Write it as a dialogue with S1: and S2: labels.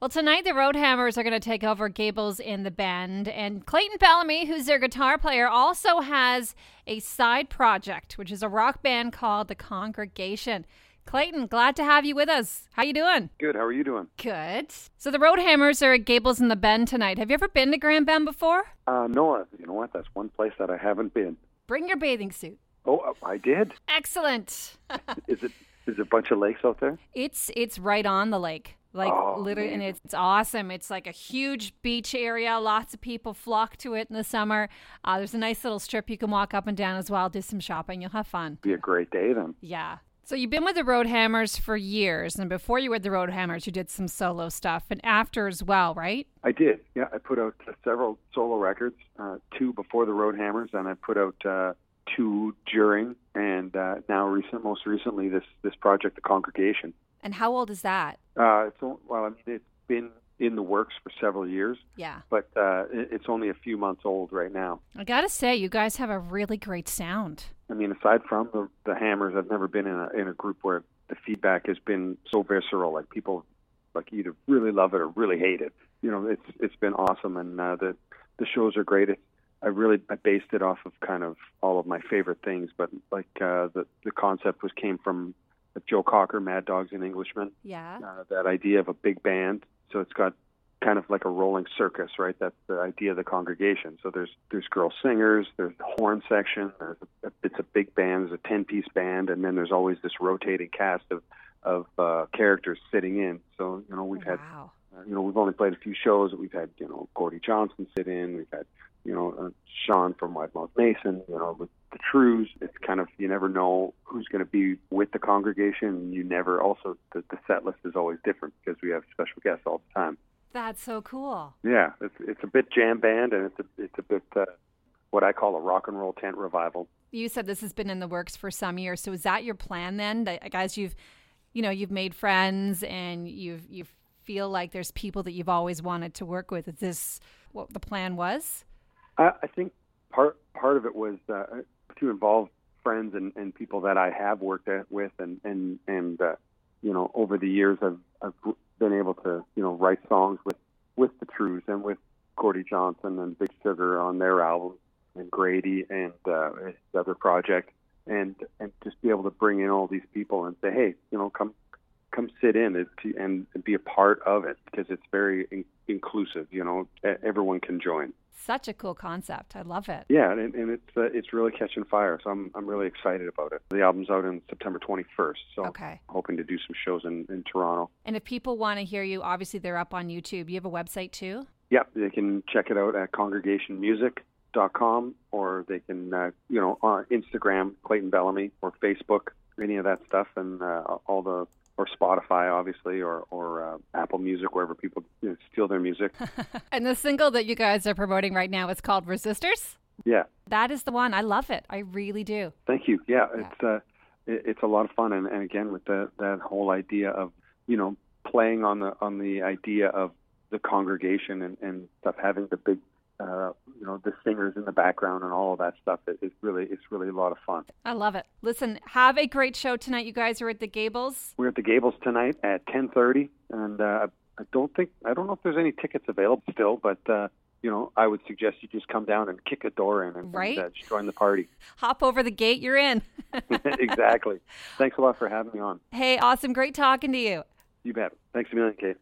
S1: Well, tonight the Road Hammers are going to take over Gables in the Bend. And Clayton Bellamy, who's their guitar player, also has a side project, which is a rock band called The Congregation. Clayton, glad to have you with us. How you doing?
S2: Good. How are you doing?
S1: Good. So the Road Hammers are at Gables in the Bend tonight. Have you ever been to Grand Bend before?
S2: Uh, Noah, you know what? That's one place that I haven't been.
S1: Bring your bathing suit.
S2: Oh, I did.
S1: Excellent.
S2: Is it? Is it a bunch of lakes out there?
S1: It's it's right on the lake. Like
S2: Oh,
S1: literally and
S2: man.
S1: it's, it's awesome. It's like a huge beach area. Lots of people flock to it in the summer. Uh, there's a nice little strip you can walk up and down as well, do some shopping, you'll have fun.
S2: Be a great day then.
S1: Yeah. So you've been with the Road Hammers for years and before you were the Road Hammers you did some solo stuff and after as well, right?
S2: I did. Yeah, I put out uh, several solo records, uh, two before the Road Hammers, and I put out uh, two during, and uh, now recent, most recently, this this project, the Congregation.
S1: And how old is that?
S2: Uh, it's o- well, I mean, it's been in the works for several years,
S1: Yeah.
S2: but uh, it, it's only a few months old right now.
S1: I got to say you guys have a really great sound.
S2: I mean, aside from the, the Hammers, I've never been in a, in a group where the feedback has been so visceral. Like people, like either really love it or really hate it. You know, it's it's been awesome, and uh, the the shows are great. It, I really I based it off of kind of all of my favorite things, but like uh, the the concept was came from Joe Cocker, Mad Dogs and Englishmen.
S1: Yeah.
S2: Uh, that idea of a big band, so it's got kind of like a rolling circus, right? That's the idea of the congregation. So there's there's girl singers, there's the horn section, there's a, it's a big band, there's a ten piece band, and then there's always this rotating cast of of uh, characters sitting in. So you know we've had
S1: wow.
S2: uh, you know we've only played a few shows. We've had you know Gordy Johnson sit in, we've had you know uh, Sean from White Mouth Mason, you know with the Trues. It's kind of you never know who's going to be with the congregation, and you never also the, the set list is always different because we have special guests all the time.
S1: That's so cool.
S2: Yeah, it's it's a bit jam band and it's a it's a bit uh, what I call a rock and roll tent revival.
S1: you said this has been in the works for some years so is that your plan then that like, as you've you know you've made friends and you've you feel like there's people that you've always wanted to work with is this what the plan was
S2: I, I think part part of it was uh, to involve friends and, and people that I have worked at, with, and and and uh, you know over the years I've I've been able to you know write songs with with the Trues and with Cordy Johnson and Big Sugar on their album and Grady and uh, his other project and and just be able to bring in all these people and say hey you know come come sit in it to- and, and be a part of it because it's very in- inclusive you know E- everyone can join.
S1: such a cool concept i love it
S2: Yeah, and, and it's uh, it's really catching fire. So I'm I'm really excited about it. The album's out on September 21st. So
S1: okay
S2: hoping to do some shows in in Toronto.
S1: and if people want to hear you obviously they're up on youtube you have a website too
S2: Yep, they can check it out at congregationmusic.com or they can uh, you know on Instagram Clayton Bellamy or Facebook any of that stuff and uh, all the or Spotify obviously or or uh, Apple Music wherever people you know, steal their music.
S1: and the single that you guys are promoting right now is called resistors
S2: yeah,
S1: that is the one i love it i really do
S2: Thank you. Yeah,
S1: Yeah.
S2: it's uh, it, it's a lot of fun, and, and again with the, that whole idea of you know playing on the on the idea of the congregation and, and stuff, having the big uh, you know the singers in the background and all of that stuff. It, it's really it's really a lot of fun.
S1: i love it listen have a great show tonight you guys are at the gables
S2: We're at the Gables tonight at 10:30, and uh, I don't think I don't know if there's any tickets available still, but. Uh, you know, I would suggest you just come down and kick a door in and,
S1: Right.
S2: and uh, just join the party.
S1: hop over the gate you're in
S2: exactly. Thanks a lot for having me on.
S1: Hey, awesome. Great talking to you.
S2: You bet. Thanks a million, Kate.